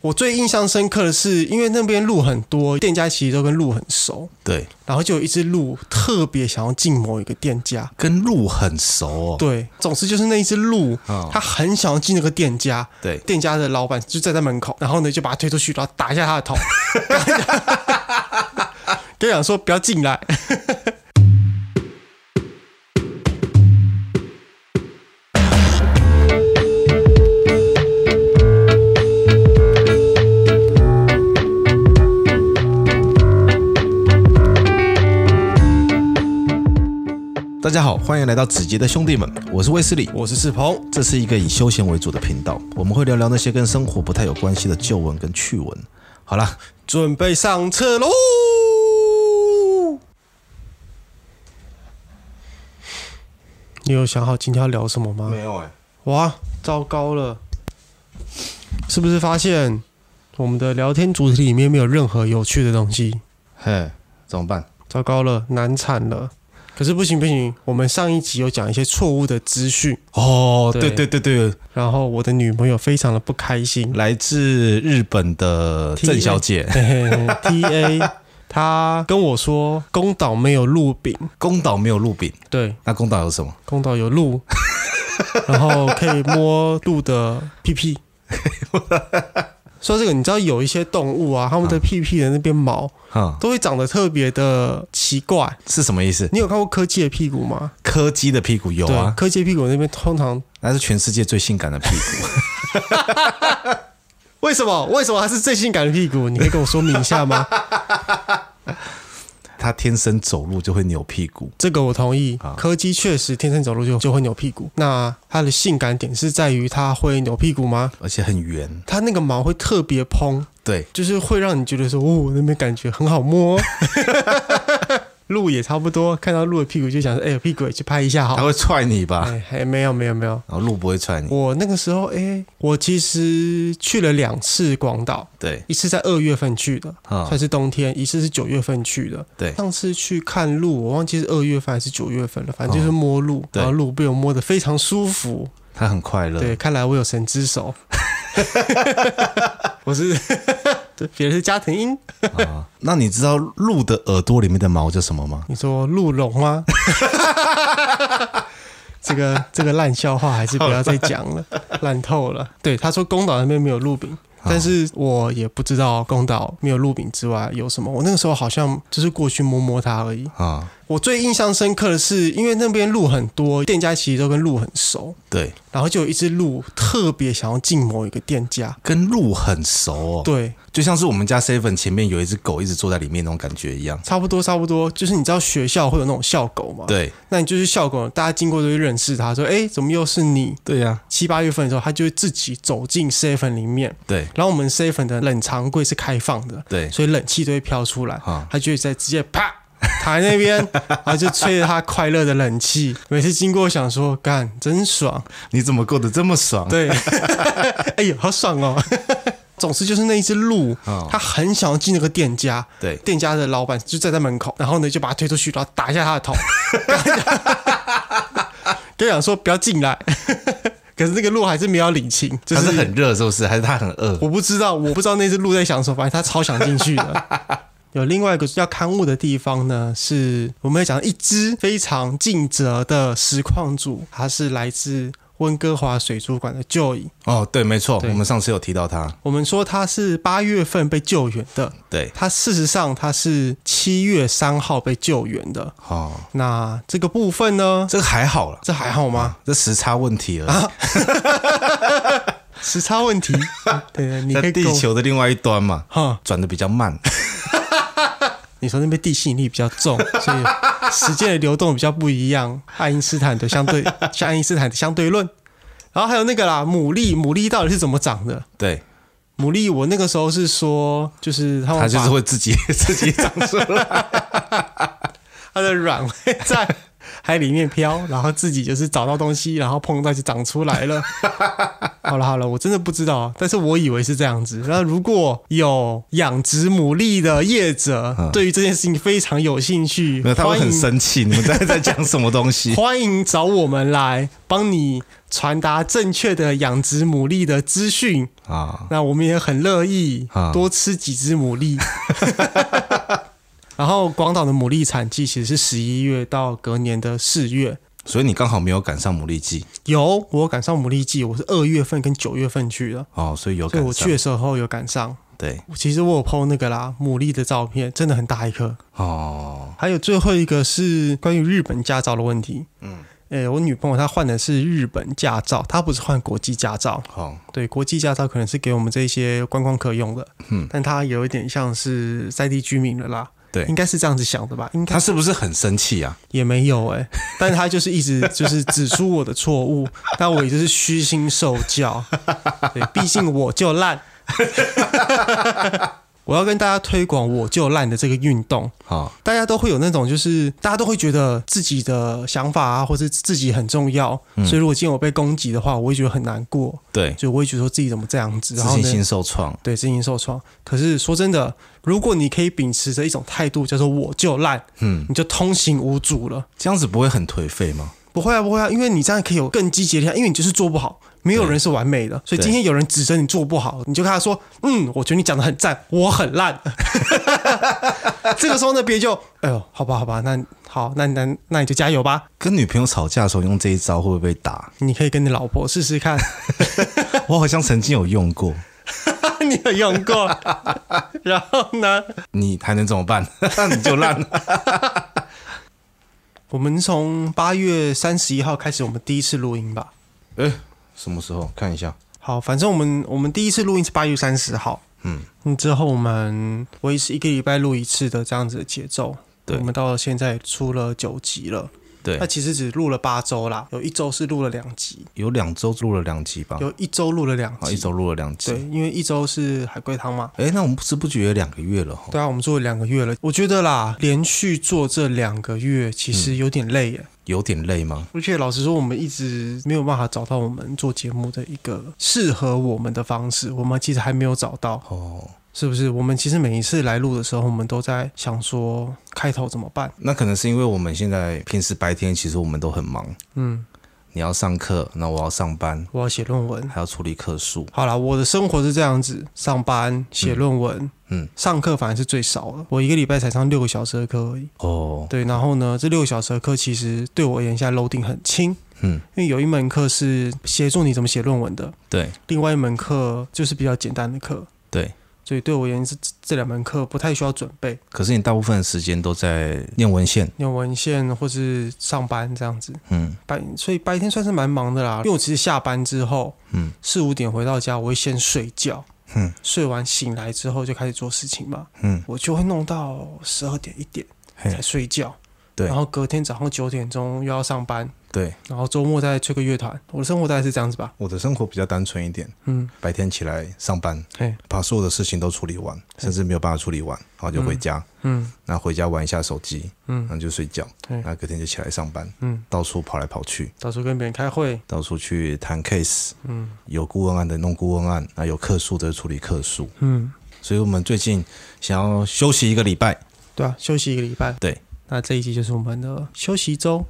我最印象深刻的是，因为那边鹿很多，店家其实都跟鹿很熟，对，然后就有一只鹿特别想要进某一个店家。跟鹿很熟哦。对，总之就是那一只鹿，哦它很想要进那个店家，对店家的老板就站在门口，然后呢就把他推出去，然后打一下他的 头，跟他讲说不要进来。大家好，欢迎来到子杰的兄弟们，我是卫斯理。我是世鹏，这是一个以休闲为主的频道，我们会聊聊那些跟生活不太有关系的旧闻跟趣闻。好啦，准备上车喽！你有想好今天要聊什么吗？有哎、哇，糟糕了！是不是发现我们的聊天主题里面没有任何有趣的东西？嘿，怎么办？糟糕了，难产了！可是不行不行，我们上一集有讲一些错误的资讯，哦，对对对对对，然后我的女朋友非常的不开 心。来自日本的郑小姐，嘿嘿嘿 T A，她跟我说宫岛没有鹿饼，宫岛没有鹿饼，对，那宫岛有什么？宫岛有鹿，然后可以摸鹿的屁屁。说这个，你知道有一些动物啊，它们的屁屁的那边毛哈、都会长得特别的奇怪。是什么意思？你有看过柯基的屁股吗？柯基的屁股有啊对，，柯基的屁股那边通常那是全世界最性感的屁股。 为什么？为什么它是最性感的屁股？你可以跟我说明一下 吗？它天生走路就会扭屁股，这个我同意好，柯基确实天生走路就就会扭屁股。那它的性感点是在于它会扭屁股吗？而且很圆。它那个毛会特别蓬，对，就是会让你觉得说，哦，那边感觉很好 摸、哦。 鹿也差不多，看到鹿的屁股就想说，哎、屁股也去拍一下它好。会踹你吧？哎，还没有没有没有，然后鹿不会踹你。我那个时候，哎、我其实去了两次广岛，对，一次在二月份去的，啊、算是冬天；一次是九月份去的。对上次去看鹿，我忘记是二月份还是九月份了，反正就是摸鹿，啊对然后鹿被我摸得非常舒服。它很快乐。对，看来我有神之手。 我是， 对，别人是加藤鹰。啊，那你知道鹿的耳朵里面的毛叫什么吗？你说鹿茸吗？这个这个烂笑话还是不要再讲了，烂透了。对，他说宫岛那边没有鹿饼，但是我也不知道宫岛没有鹿饼之外有什么。我那个时候好像就是过去摸摸它而已。啊，我最印象深刻的是，因为那边鹿很多，店家其实都跟鹿很熟，对，然后就有一只鹿特别想要进某一个店家。跟鹿很熟哦，对，就像是我们家 seven 前面有一只狗一直坐在里面那种感觉一样。差不多差不多，就是你知道学校会有那种校狗嘛？，对，那你就是校狗，大家经过都会认识它，说：“哎，怎么又是你？”对呀、七八月份的时候，他就会自己走进 seven 里面，对然后我们 seven 的冷藏柜是开放的，对，所以冷气都会飘出来啊，他就会在直接啪躺在那边，然后就吹着他快乐的冷气，每次经过想说干真爽，你怎么过得这么爽？对， 哎呦好爽哦。 总之就是那一只鹿，哦它很想要进那个店家，对店家的老板就站在门口，然后呢就把他推出去，然后打一下他的 头，跟他讲说不要进来。 可是那个鹿还是没有领情，就它是哦是很热，是不是？还是它很饿？我不知道，我不知道那只鹿在想什么，反正它超想进去的。 有另外一个要刊物的地方呢，是我们要讲一只非常尽责的实况组，它是来自温哥华水族馆的 Joy。哦，对，没错，对我们上次有提到它。我们说它是八月份被救援的，对，它事实上它是七月三号被救援的。哦，那这个部分呢，这个还好了，这还好吗？啊这时差问题而已，时差问 题，对对，你可在以地跟我，球的另外一端嘛，哈，转的比较慢。你说那边地吸引力比较重，所以时间的流动比较不一样。爱因斯坦的相对，像爱因斯坦的相对论，然后还有那个啦，牡蛎，牡蛎到底是怎么长的？对，牡蛎，我那个时候是说，就是他们它把就是会自己 自己长出来。它的卵会在 海里面飘，然后自己就是找到东西，然后碰到就长出来 了。好了好了，我真的不知道，但是我以为是这样子。那如果有养殖牡蛎的业者嗯对于这件事情非常有兴趣没有，，它会欢很迎生气。你们在在讲什么东 西？欢迎找我们来帮你传达正确的养殖牡蛎的资讯。啊，那我们也很乐意啊多吃几只牡蛎。 然后广岛的牡蛎产季其实是十一月到隔年的四月。所以你刚好没有赶上牡蛎季有我有赶上牡蛎季，我是二月份跟九月份去的，哦，所以有所以赶我去上的时候有赶上。对其实我有 PO 那个啦，牡蛎的照片，真的很大一颗。哦，还有最后一个是关于日本驾照的问题。嗯，诶，我女朋友她换的是日本驾照，她不是换国际驾照。好、对，国际驾照可能是给我们这些观光客用的，嗯，但它有一点像是在地居民了啦。对应该是这样子想的吧？应该他是不是很生气啊？也没有诶，但他就是一 直就是指出我的错误，但我也就是虚心受教。对，毕竟我就烂。 我要跟大家推广“我就烂”的这个运动，好、大家都会有那种，就是大家都会觉得自己的想法啊，或者自己很重要，嗯所以如果今天我被攻击的话，我会觉得很难过，对，所以我会觉得说自己怎么这样子，自然后信呢，心受创，对自信受创。可是说真的，如果你可以秉持着一种态度，叫做我就烂，嗯，你就通行无阻了。这样子不会很颓废吗？不会啊，不会啊，因为你这样可以有更积极的力量，因为你就是做不好，没有人是完美的，所以今天有人指着你做不好，你就跟他说：“嗯，我觉得你讲的很赞，我很烂。” 这个时候那边就，哎呦，好吧，好吧，那好，那那那你就加油吧，跟女朋友吵架的时候用这一招会不会被打？ 你可以跟你老婆试试看， 我好像曾经有用过，你有用过， 然后呢，你还能怎么办？ 你就 烂了。我们从八月三十一号开始，我们第一次录音吧。哎、什么时候？看一下。好，反正我们我们第一次录音是八月三十号，嗯嗯，之后我们维持一个礼拜录一次的这样子的节奏。对我们到现在出了九集了，对那，其实只录了八周啦，有一周是录了两集，有两周录了两集吧？有一周录了两好，啊一集，周录了两集。对，因为一周是海龟汤嘛。哎、那我们不知不觉也两个月了哈。哦对啊，我们做了两个月了，我觉得啦，连续做这两个月其实有点累耶。有点累吗？而且老实说，我们一直没有办法找到我们做节目的一个适合我们的方式，我们其实还没有找到。哦，是不是？我们其实每一次来录的时候，我们都在想说开头怎么办？那可能是因为我们现在平时白天其实我们都很忙，嗯，你要上课，那我要上班，我要写论文。还要处理课数。好啦，我的生活是这样子：上班、写论文，嗯，上课反而是最少了。我一个礼拜才上六个小时的课而已。哦，对，然后呢，这六个小时的课其实对我而言，现在 loading 很轻，嗯，因为有一门课是协助你怎么写论文的，对另外一门课就是比较简单的课，对。所以对我而言是这两门课不太需要准备，可是你大部分的时间都在念文献，念文献或是上班这样子。嗯，白，所以白天算是蛮忙的啦。因为我其实下班之后，嗯，四五点回到家，我会先睡觉，嗯，睡完醒来之后就开始做事情嘛，嗯，我就会弄到十二点一点嘿才睡觉，嗯对然后隔天早上九点钟又要上班，对，然后周末再吹个乐团，我的生活大概是这样子吧，我的生活比较单纯一点，嗯，白天起来上班，嘿，把所有的事情都处理完，甚至没有办法处理完，然后就回家，嗯那回家玩一下手机，然嗯，后就睡觉，对那隔天就起来上班，嗯，到处跑来跑去，到时候跟别人开会，到处去谈 case，嗯有顾问案的弄顾问案，那有客诉的处理客诉，嗯，所以我们最近想要休息一个礼拜，对啊，休息一个礼拜，对，那这一集就是我们的休息周，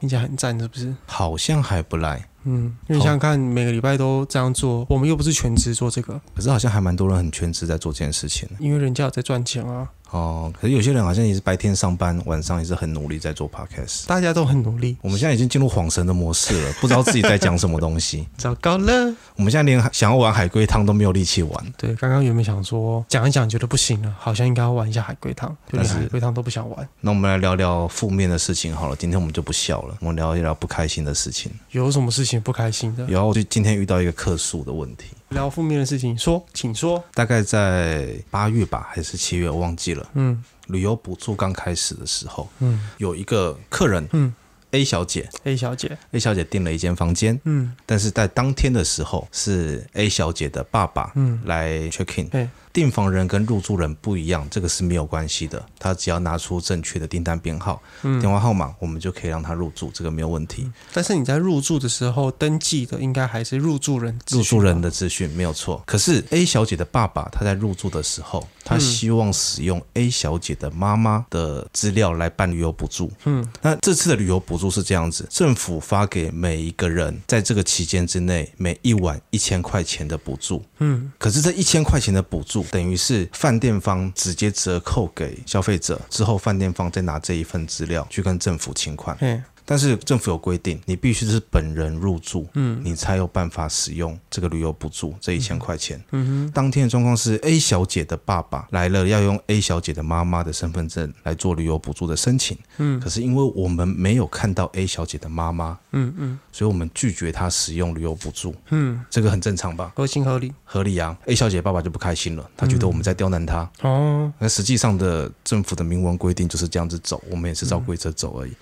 听起来很赞，是不是？好像还不赖，嗯，因为你想想看，每个礼拜都这样做，我们又不是全职做这个，可是好像还蛮多人很全职在做这件事情的因为人家有在赚钱啊，哦。可是有些人好像也是白天上班，晚上也是很努力在做 podcast。大家都很努力，我们现在已经进入恍神的模式了，不知道自己在讲什么东西。 糟糕了。我们现在连想要玩海龟汤都没有力气玩，对，刚刚原本想说讲一讲，觉得不行了，好像应该要玩一下海龟汤，就但连是海龟汤都不想玩。那我们来聊聊负面的事情好了。今天我们就不笑了，我们聊一聊不开心的事情。啊有什么事情不开心的？然后我就今天遇到一个客诉的问题，聊负面的事情，说，请说。大概在八月吧，还是七月，我忘记了。嗯旅游补助刚开始的时候，嗯有一个客人，嗯，A 小姐，A 小姐， ，A 小姐订了一间房间，嗯但是在当天的时候是 A 小姐的爸爸，嗯，来 check in，哎，订房人跟入住人不一样，这个是没有关系的。他只要拿出正确的订单编号、嗯电话号码，我们就可以让他入住，这个没有问题。但是你在入住的时候登记的应该还是入住人资入讯住吧人的资讯没有错。可是 A 小姐的爸爸他在入住的时候，他希望使用 A 小姐的妈妈的资料来办旅游补助。嗯，那这次的旅游补助是这样子，政府发给每一个人在这个期间之内每一晚一千块钱的补助。嗯，可是这一千块钱的补助等于是饭店方直接折扣给消费者，之后饭店方再拿这一份资料去跟政府请款。嘿，但是政府有规定，你必须是本人入住，嗯，你才有办法使用这个旅游补助这一千块钱。嗯哼，当天的状况是 A 小姐的爸爸来了，要用 A 小姐的妈妈的身份证来做旅游补助的申请。嗯，可是因为我们没有看到 A 小姐的妈妈，嗯嗯，所以我们拒绝她使用旅游补助。嗯，这个很正常吧？合情合理合理啊。A 小姐爸爸就不开心了，他觉得我们在刁难她。哦，那实际上的政府的明文规定就是这样子走，我们也是照规则走而已。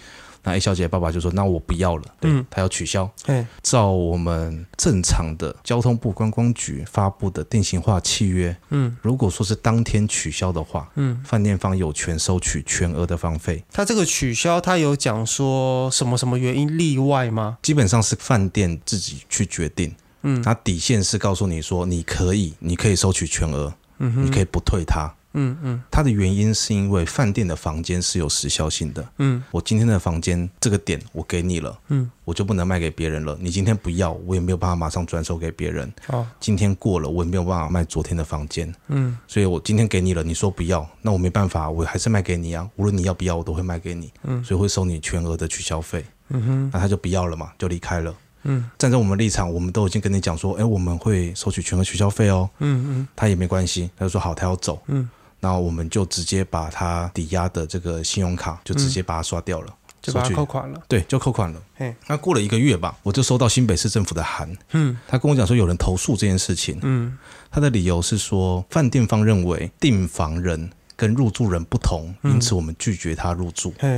那 A 小姐爸爸就说：“那我不要了，对，嗯他要取消。嘿，照我们正常的交通部观光局发布的定型化契约，嗯，如果说是当天取消的话，嗯，饭店方有权收取全额的房费。他这个取消，他有讲说什么什么原因例外吗？基本上是饭店自己去决定。嗯，那底线是告诉你说，你可以，你可以收取全额，嗯，你可以不退它。嗯嗯它的原因是因为饭店的房间是有时效性的，嗯，我今天的房间这个点我给你了，嗯，我就不能卖给别人了。你今天不要，我也没有办法马上转手给别人。哦，今天过了，我也没有办法卖昨天的房间，嗯，所以我今天给你了，你说不要，那我没办法，我还是卖给你啊。无论你要不要，我都会卖给你，嗯，所以会收你全额的取消费。嗯哼，那他就不要了嘛，就离开了。嗯，站在我们立场，我们都已经跟你讲说，哎，我们会收取全额取消费哦。嗯嗯他也没关系，他就说好，他要走。嗯，那我们就直接把他抵押的这个信用卡就直接把它刷掉了，嗯就收把取它扣款了。对，就扣款了嘿。那过了一个月吧，我就收到新北市政府的函，嗯他跟我讲说有人投诉这件事情，嗯他的理由是说饭店方认为订房人跟入住人不同，嗯因此我们拒绝他入住，嘿，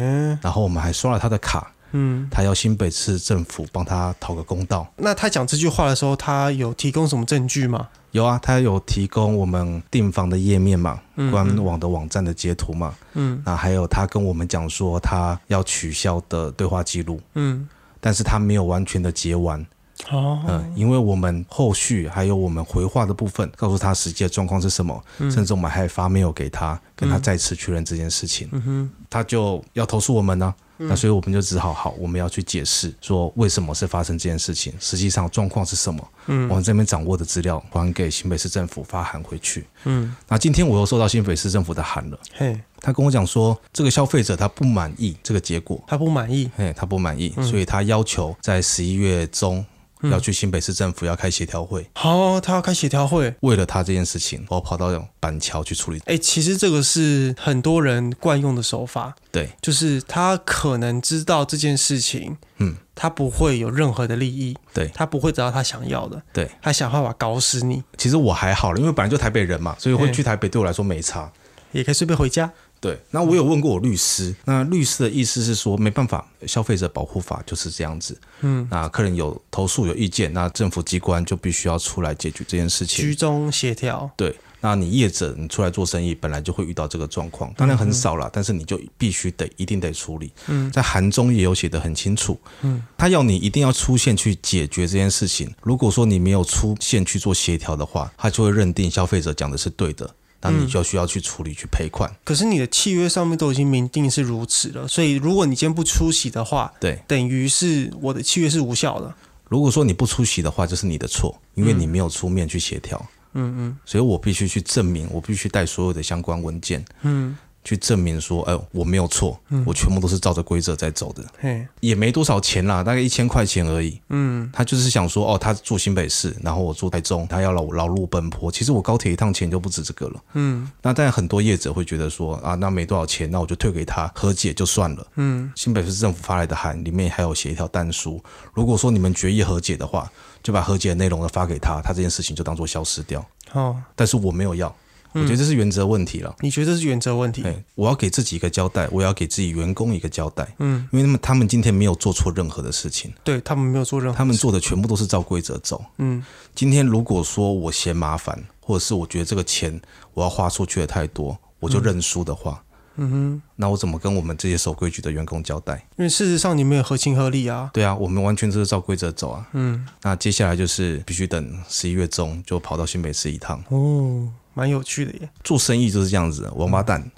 然后我们还刷了他的卡，嗯。他要新北市政府帮他讨个公道。那他讲这句话的时候，他有提供什么证据吗？有啊，他有提供我们订房的页面嘛，嗯官网的网站的截图嘛，嗯那还有他跟我们讲说他要取消的对话记录，嗯，但是他没有完全的截完，哦，嗯，因为我们后续还有我们回话的部分，告诉他实际的状况是什么，甚至我们还发 mail 给他，跟他再次确认这件事情，嗯他就要投诉我们呢、那所以我们就只好好，我们要去解释说为什么是发生这件事情，实际上状况是什么，我们这边掌握的资料还给新北市政府发函回去。嗯，那今天我又收到新北市政府的函了，嘿，他跟我讲说这个消费者他不满意这个结果，他不满意。嘿，他不满意，所以他要求在十一月中要去新北市政府要开协调会。哦，他要开协调会。为了他这件事情，我跑到板桥去处理。哎，其实这个是很多人惯用的手法，对，就是他可能知道这件事情，嗯，他不会有任何的利益，对他不会得到他想要的，对，他想办法搞死你，其实我还好了，因为本来就台北人嘛，所以会嗯去台北对我来说没差。也可以顺便回家。对，那我有问过我律师，那律师的意思是说没办法，消费者保护法就是这样子。嗯，那客人有投诉有意见，那政府机关就必须要出来解决这件事情。居中协调，对，那你业者你出来做生意，本来就会遇到这个状况，当然很少啦，但是你就必须得一定得处理。嗯，在函中也有写得很清楚，嗯，他要你一定要出现去解决这件事情。如果说你没有出现去做协调的话，他就会认定消费者讲的是对的，那你就需要去处理去赔款。可是你的契约上面都已经明定是如此了，所以如果你今天不出席的话，对，等于是我的契约是无效的。如果说你不出席的话，就是你的错，因为你没有出面去协调。嗯嗯嗯，所以我必须去证明，我必须带所有的相关文件。嗯。去证明说，哎、我没有错，我全部都是照着规则在走的。嘿，也没多少钱啦，大概一千块钱而已。嗯，他就是想说，哦，他住新北市，然后我住台中，他要劳劳碌奔波。其实我高铁一趟钱就不止这个了。嗯，那当然很多业者会觉得说，啊，那没多少钱，那我就退给他和解就算了。嗯，新北市政府发来的函里面还有写一条单书，如果说你们决议和解的话，就把和解的内容呢发给他，他这件事情就当做消失掉。哦，但是我没有要，我觉得这是原则问题了。你觉得这是原则问题？哎，我要给自己一个交代，我要给自己员工一个交代。嗯，因为他们他们今天没有做错任何的事情，对他们没有做任何，他们做的全部都是照规则走。嗯，今天如果说我嫌麻烦，或者是我觉得这个钱我要花出去的太多，我就认输的话，嗯哼，那我怎么跟我们这些守规矩的员工交代？因为事实上你们也合情合理啊。对啊，我们完全就是照规则走啊。嗯，那接下来就是必须等十一月中就跑到新北市一趟。哦，蛮有趣的耶，做生意就是这样子，王八嗯蛋。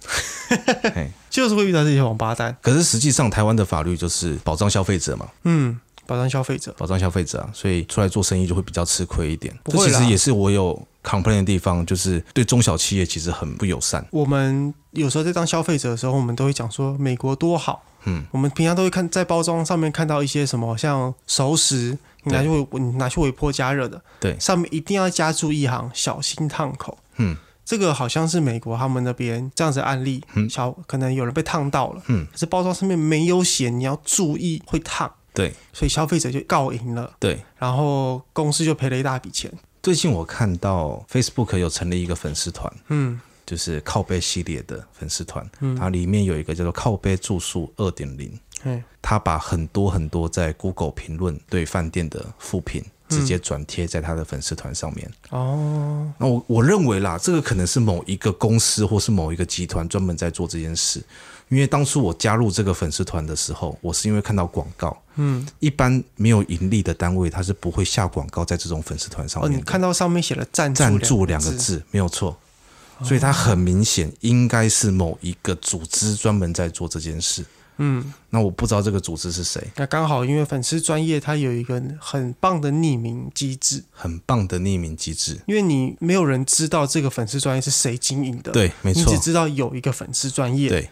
嘿就是会遇到这些王八蛋。可是实际上，台湾的法律就是保障消费者嘛，嗯，保障消费者。保障消费者啊，所以出来做生意就会比较吃亏一点。不这会其啦实也是我有 complain 的地方，就是对中小企业其实很不友善。我们有时候在当消费者的时候，我们都会讲说美国多好。嗯，我们平常都会看在包装上面看到一些什么，像熟食，你拿去微你拿去微波加热的，对上面一定要加注一行“小心烫口”。嗯，这个好像是美国他们那边这样子的案例，嗯小可能有人被烫到了，嗯，可是包装上面没有写你要注意会烫，对所以消费者就告赢了，对，然后公司就赔了一大笔钱。最近我看到 Facebook 有成立一个粉丝团，嗯，就是靠背系列的粉丝团，嗯、它里面有一个叫做“靠背住宿二点零哎，”，它把很多很多在 Google 评论对饭店的负评直接转贴在它的粉丝团上面。哦，那我我认为啦，这个可能是某一个公司或是某一个集团专门在做这件事。因为当初我加入这个粉丝团的时候，我是因为看到广告，嗯，一般没有盈利的单位，它是不会下广告在这种粉丝团上哦，面你的。看到上面写了赞赞助两两个，字，没有错，所以它很明显应该是某一个组织专门在做这件事。嗯，那我不知道这个组织是谁，那刚好因为粉丝专业它有一个很棒的匿名机制，很棒的匿名机制。因为你没有人知道这个粉丝专业是谁经营的，，对，没你错只，知道有一个粉丝专业，对。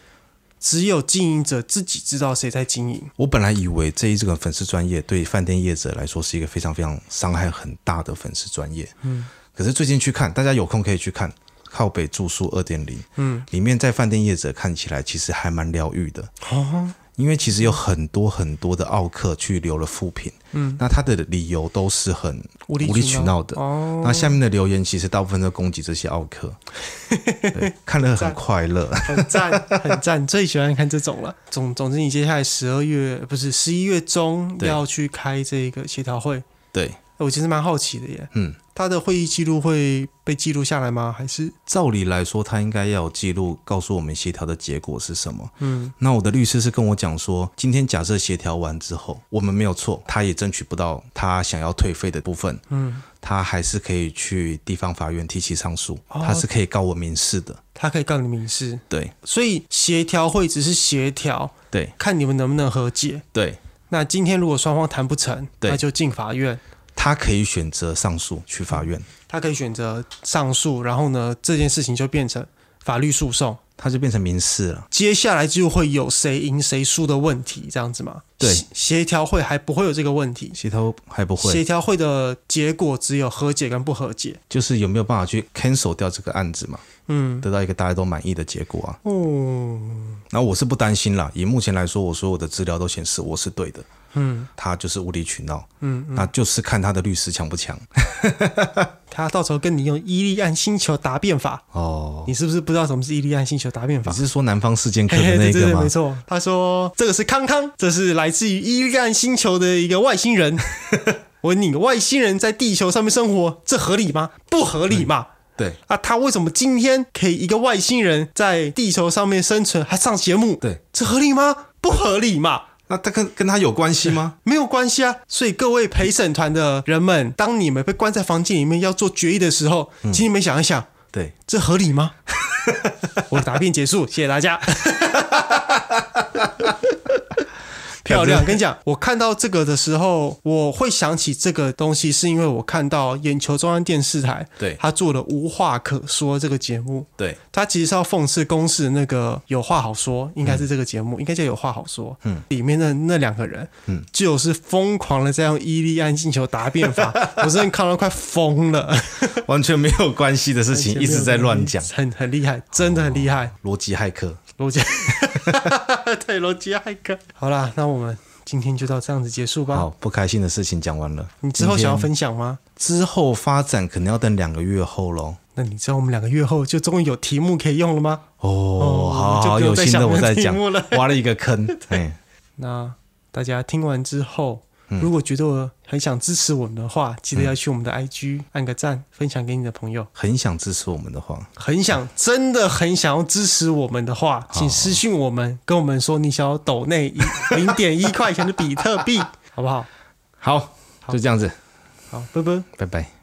只有经营者自己知道谁在经营。我本来以为这一这个粉丝专业对饭店业者来说是一个非常非常伤害很大的粉丝专业，嗯，可是最近去看，大家有空可以去看靠北住宿二点零，嗯，里面在饭店业者看起来其实还蛮疗愈的，哦，因为其实有很多很多的奥客去留了负评，嗯，那他的理由都是很无理无理取闹的，哦，那下面的留言其实大部分都攻击这些奥 客，对看了很快乐， 很赞， 很赞，最喜欢看这种了。总总之，你接下来十二月不是十一月中对要去开这个协调会，对，我其实蛮好奇的耶。嗯，他的会议记录会被记录下来吗？还是照理来说，他应该要有记录，告诉我们协调的结果是什么。嗯，那我的律师是跟我讲说，今天假设协调完之后，我们没有错，他也争取不到他想要退费的部分，嗯，他还是可以去地方法院提起上诉，哦他是可以告我民事的。他可以告你民事？对所以协调会只是协调，对看你们能不能和解。对，那今天如果双方谈不成，对那就进法院。他可以选择上诉去法院，他可以选择上诉，然后呢，这件事情就变成法律诉讼。他就变成民事了。接下来就会有谁赢谁输的问题，这样子吗？对协协调会还不会有这个问题。协调还不协会，调会的结果只有和解跟不和解。就是有没有办法去 cancel 掉这个案子嘛，嗯，得到一个大家都满意的结果啊。哦，那我是不担心啦，以目前来说，我所有的资料都显示我是对的。嗯，他就是无理取闹，嗯，那就是看他的律师强不强他到时候跟你用伊利安星球答辩法， 哦。你是不是不知道什么是伊利安星球答辩你法？是说南方事件课的嘿那对对个对，吗没？错。他说这个是康康，这是来自于伊利安星球的一个外星 人。我问你，外星人在地球上面生活，这合理吗？不合理嘛。对啊，他为什么今天可以一个外星人在地球上面生存，还上节目？对，这合理吗？不合理嘛，那他跟跟他有关系 吗？没有关系啊。所以各位陪审团的人们，当你们被关在房间里面要做决议的时候，请你们想一想，对，这合理吗？ 我的答辩结束，谢谢大家。漂亮，跟你讲，我看到这个的时候，我会想起这个东西，是因为我看到眼球中央电视台，对他做了《无话可说》这个节目，对他其实是要讽刺公式那个有话好说，应该是这个节目，应该叫有话好说。嗯，里面的那两个人，嗯，就是疯狂的在用伊利安进球答辩法，我真的看到快疯了，完全没有关系的事情一直在乱讲，哦很很厉害，真的很厉害，逻辑骇客。罗杰， 对罗杰骇客。好啦，那我们今天就到这样子结束吧好。，不开心的事情讲完了，啊你之后想要今天分享吗？之后发展可能要等两个月后喽。那你知道我们两个月后就终于有题目可以用了吗？哦，好就好，不有用再新想的我那个再题讲目了， 挖了一个坑。哎，那大家听完之后，嗯如果觉得很想支持我们的话，记得要去我们的 IG 按个赞，分享给你的朋友。很想支持我们的话，很想，真的很想要支持我们的话，请私信我们，跟我们说你想要抖内一零点一块钱的比特币，好不好？好，就这样子，好，拜拜。拜拜。